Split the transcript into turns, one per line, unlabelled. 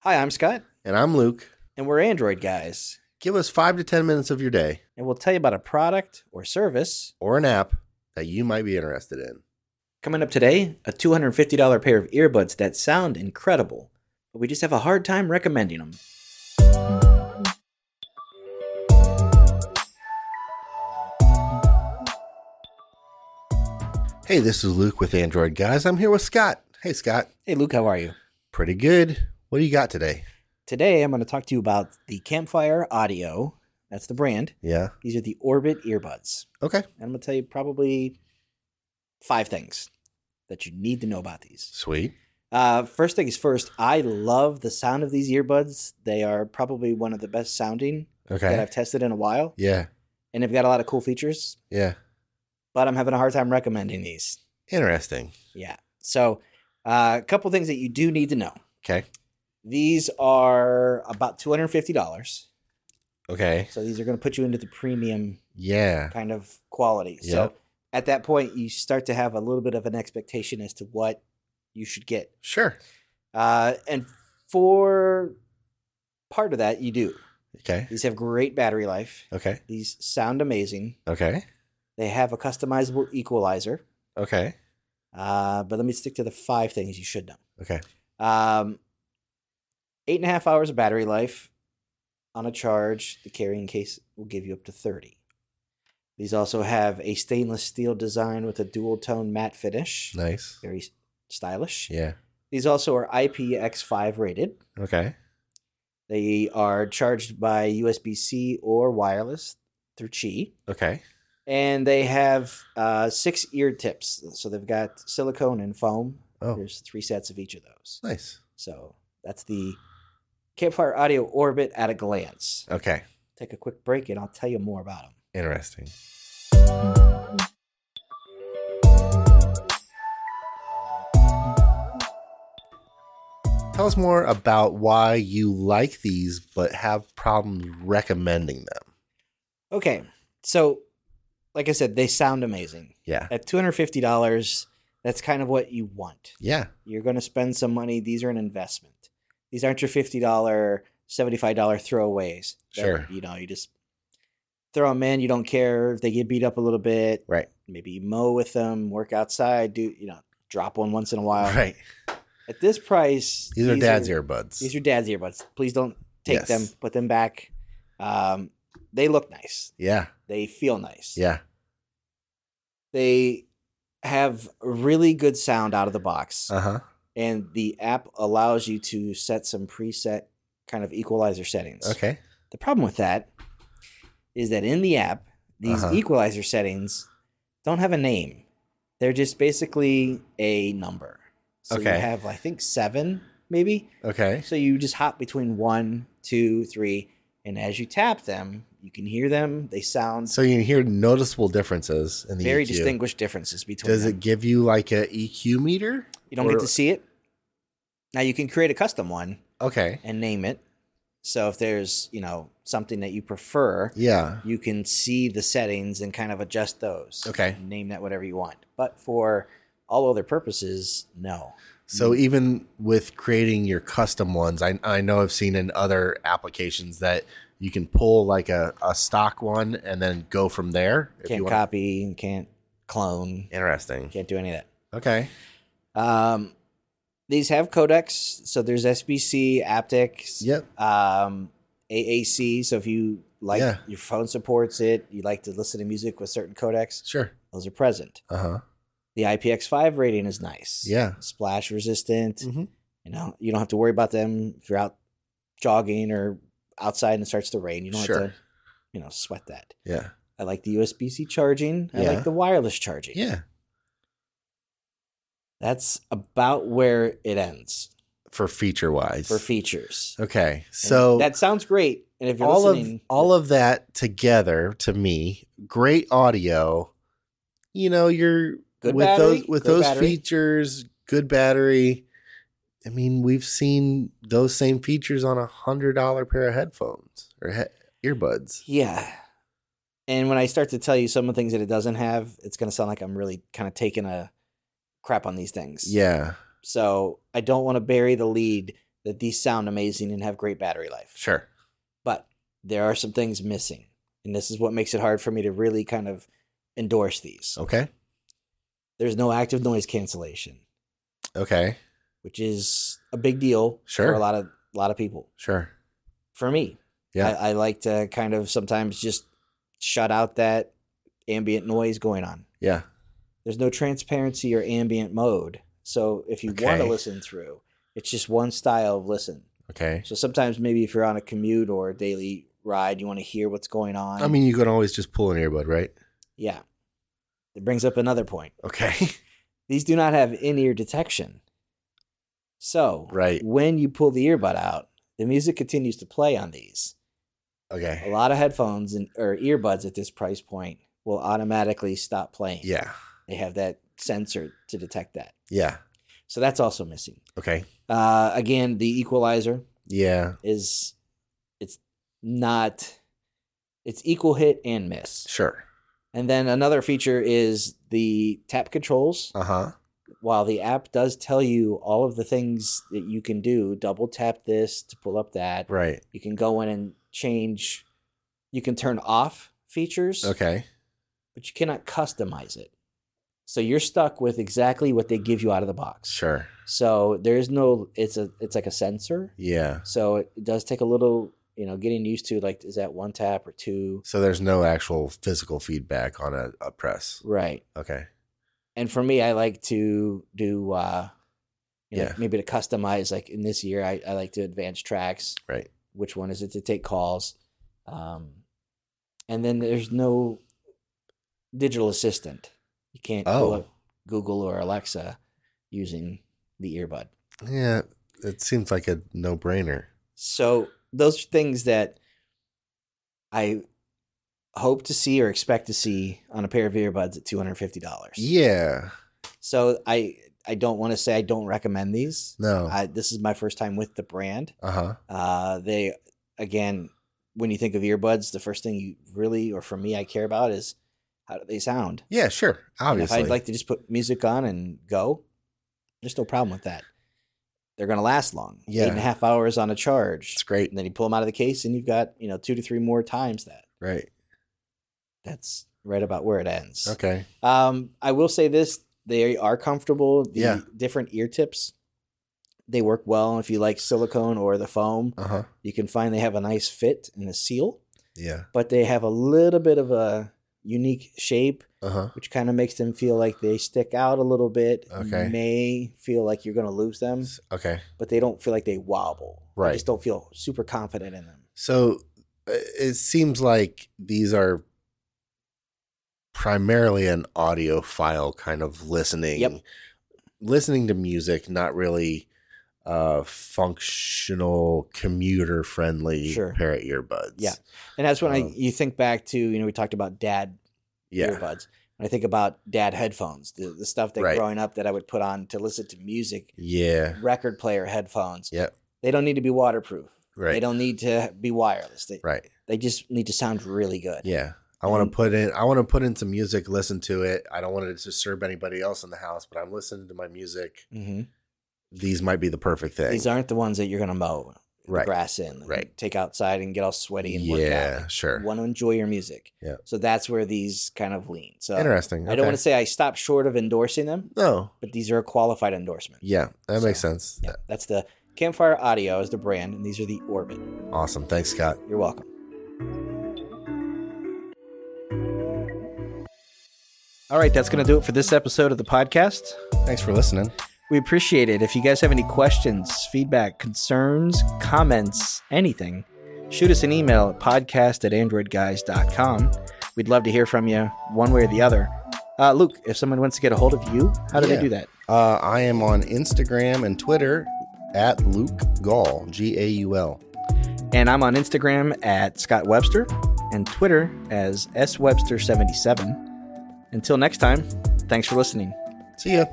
Hi, I'm Scott,
And I'm Luke.
and we're Android guys,
Give us five to 10 minutes of your day
and we'll tell you about a product or service.
or an app that you might be interested in.
Coming up today, a $250 pair of earbuds that sound incredible, but we just have a hard time recommending them.
Hey, this is Luke with Android Guys. I'm here with Scott. Hey, Scott.
Hey, Luke, how are you?
Pretty good. What do you got today?
Today, I'm going to talk to you about the Campfire Audio. That's the brand.
Yeah.
These are the Orbit earbuds.
Okay.
And I'm going to tell you probably five things that you need to know about these.
Sweet.
Uh, first things first, I love the sound of these earbuds. They are probably one of the best sounding that
Okay.
I've tested in a while,
Yeah.
and they've got a lot of cool features.
Yeah.
But I'm having a hard time recommending these.
Interesting.
Yeah. So, uh, a couple things that you do need to know.
Okay.
These are about two hundred fifty dollars.
Okay.
So these are going to put you into the premium
Yeah.
kind of quality.
Yeah.
So at that point, you start to have a little bit of an expectation as to what you should get.
Sure.
Uh, and for part of that, you do.
Okay.
These have great battery life.
Okay.
These sound amazing.
Okay.
They have a customizable equalizer.
Okay.
Uh, but let me stick to the five things you should know.
Okay.
Um, eight and a half hours of battery life on a charge. The carrying case will give you up to 30. These also have a stainless steel design with a dual tone matte finish.
Nice.
Very s- stylish.
Yeah.
These also are IPX5 rated.
Okay.
They are charged by USB C or wireless through Qi.
Okay.
and they have uh, six ear tips. So they've got silicone and foam.
Oh,
There's three sets of each of those.
nice.
So that's the Campfire Audio Orbit at a glance.
Okay.
Take a quick break and I'll tell you more about them.
Interesting. Tell us more about why you like these but have problems recommending them.
Okay. So, like I said, they sound amazing.
Yeah.
At $250, that's kind of what you want.
Yeah.
You're going to spend some money. These are an investment. These aren't your $50, $75 throwaways. that,
Sure.
You know, you just throw them in. You don't care if they get beat up a little bit.
Right.
maybe you mow with them, work outside, do you know, drop one once in a while.
right.
At this price,
These, are dad's earbuds.
These Uh, are dad's earbuds. Please don't take
Yes.
them. Put them back. Um, they look nice.
yeah.
They feel nice.
Yeah.
They have really good sound out of the box,
Uh huh.
and the app allows you to set some preset kind of equalizer settings.
Okay.
The problem with that is that in the app, these
Uh-huh.
equalizer settings don't have a name. They're just basically a number. So
Okay.
you have, I think, seven maybe.
Okay.
So you just hop between one, two, three, and as you tap them, you can hear them. They sound
So you hear noticeable differences in the
very
EQ.
distinguished differences between
Does
them.
it give you like a EQ meter?
you don't get
or-
to see it. Now you can create a custom one
Okay.
and name it. So if there's, you know, something that you prefer,
Yeah.
you can see the settings and kind of adjust those.
Okay.
And name that whatever you want. But for all other purposes, no.
So
Mm-hmm.
even with creating your custom ones, I, I know I've seen in other applications that you can pull like a, a stock one and then go from there. if
Can't
you wanna-
copy and can't clone.
Interesting.
Can't do any of
Okay.
that. Um, these have codecs. So there's SBC, aptX,
Yep.
um, AAC. So if you like
Yeah.
your phone supports it, you like to listen to music with certain codecs,
Sure.
those are present.
Uh huh.
The IPX5 rating is nice.
Yeah.
Splash resistant.
Mhm.
You know, you don't have to worry about them if you're out jogging or outside and it starts to rain. You don't
Sure.
have to, you know, sweat that.
Yeah.
I like the USB C charging. I
Yeah.
like the wireless charging.
Yeah.
That's about where it ends
For feature wise.
for features.
okay.
And
So
that sounds great. And if you're
all of
listening,
all of that together to me, great audio. You know, you're
Good
with
battery,
those with
great
those
battery.
features, good battery. I mean, we've seen those same features on a hundred dollar pair of headphones or he- earbuds.
yeah. And when I start to tell you some of the things that it doesn't have, it's going to sound like I'm really kind of taking a crap on these things.
Yeah,
So I don't want to bury the lead that these sound amazing and have great battery life.
Sure.
But there are some things missing. And this is what makes it hard for me to really kind of endorse these.
Okay.
There's no active noise cancellation,
Okay.
which is a big deal
Sure.
for a lot of a lot of people.
Sure.
For me,
Yeah.
I, I like to kind of sometimes just shut out that ambient noise going on.
Yeah.
There's no transparency or ambient mode. So if you want
Okay.
to listen through, it's just one style of listen.
Okay.
So sometimes maybe if you're on a commute or a daily ride, you want to hear what's going on.
I mean, you can always just pull an earbud, right?
yeah. It brings up another point.
Okay.
These do not have in-ear detection. So
Right.
when you pull the earbud out, the music continues to play on these. A
Okay.
lot of headphones and or earbuds at this price point will automatically stop playing.
Yeah.
They have that sensor to detect that.
Yeah.
So that's also missing.
Okay.
Uh, again, the equalizer
Yeah.
is it's not it's equal hit and miss.
Sure.
And then another feature is the tap controls.
Uh huh.
While the app does tell you all of the things that you can do, double tap this to pull up that.
Right.
You can go in and change you can turn off features,
Okay.
but you cannot customize it. So you're stuck with exactly what they give you out of the box.
Sure.
So there's no it's a it's like a sensor.
Yeah.
So it does take a little, you know, getting used to like is that one tap or two?
So there's no actual physical feedback on a, a press.
Right.
Okay.
And for me, I like to do uh you know,
Yeah.
maybe to customize like in this year I, I like to advance tracks.
Right.
Which one is it to take calls? Um and then there's no digital assistant. You can't pull
Oh.
up Google or Alexa using the earbud.
Yeah. It seems like a no brainer.
So those are things that I hope to see or expect to see on a pair of earbuds at two hundred fifty dollars.
Yeah.
So I I don't want to say I don't recommend these.
No.
I, this is my first time with the brand.
Uh huh.
Uh, they again, when you think of earbuds, the first thing you really or for me I care about is how do they sound.
Yeah. Sure.
And if
Obviously.
I'd like to just put music on and go, there's no problem with that. They're going to last long.
Yeah.
Eight and a half hours on a charge
it's great.
and then you pull them out of the case and you've got you know two to three more times that
Right.
that's right about where it ends
Okay.
um i will say this they are comfortable the
Yeah.
different ear tips they work well if you like silicone or the foam
Uh huh.
you can find they have a nice fit and a seal
Yeah.
but they have a little bit of a unique shape
Uh huh.
which kind of makes them feel like they stick out a little bit
Okay.
you may feel like you're going to lose them
Okay.
but they don't feel like they wobble
Right.
i just don't feel super confident in them
So uh, it seems like these are primarily an audiophile kind of listening.
Yep.
Listening to music, not really uh functional commuter friendly
Sure.
pair of earbuds.
Yeah. And that's when I
Um,
you think back to you know we talked about dad
Yeah.
earbuds. When I think about dad headphones, the, the stuff that
Right.
growing up that I would put on to listen to music,
Yeah.
record player headphones.
Yep.
They don't need to be waterproof. They
Right.
don't need to be wireless. They
Right.
they just need to sound really good.
Yeah. I want
And-
to put in I want to put in some music, listen to it. I don't want to disturb anybody else in the house, but I'm listening to my music.
hmm
These might be the perfect thing.
These aren't the ones that you're gonna mow the
right.
grass in,
Right.
Take outside and get all sweaty and work out.
Yeah, sure.
Want to enjoy your music.
Yeah.
So that's where these kind of lean. So
Interesting.
I don't want to say I stopped short of endorsing them,
No.
but these are a qualified endorsement.
Yeah, that
So,
makes sense.
Yeah, that's the Campfire Audio is the brand, and these are the Orbit.
Awesome. Thanks, Scott.
You're welcome. All right, that's going to do it for this episode of the podcast.
Thanks for listening.
We appreciate it. If you guys have any questions, feedback, concerns, comments, anything, shoot us an email at podcast at androidguys.com. We'd love to hear from you one way or the other. Uh, Luke, if someone wants to get a hold of you, how do
Yeah.
they do that?
Uh, I am on Instagram and Twitter at Luke Gall, G A U L.
And I'm on Instagram at Scott Webster and Twitter as swebster77. Until next time, thanks for listening.
See ya.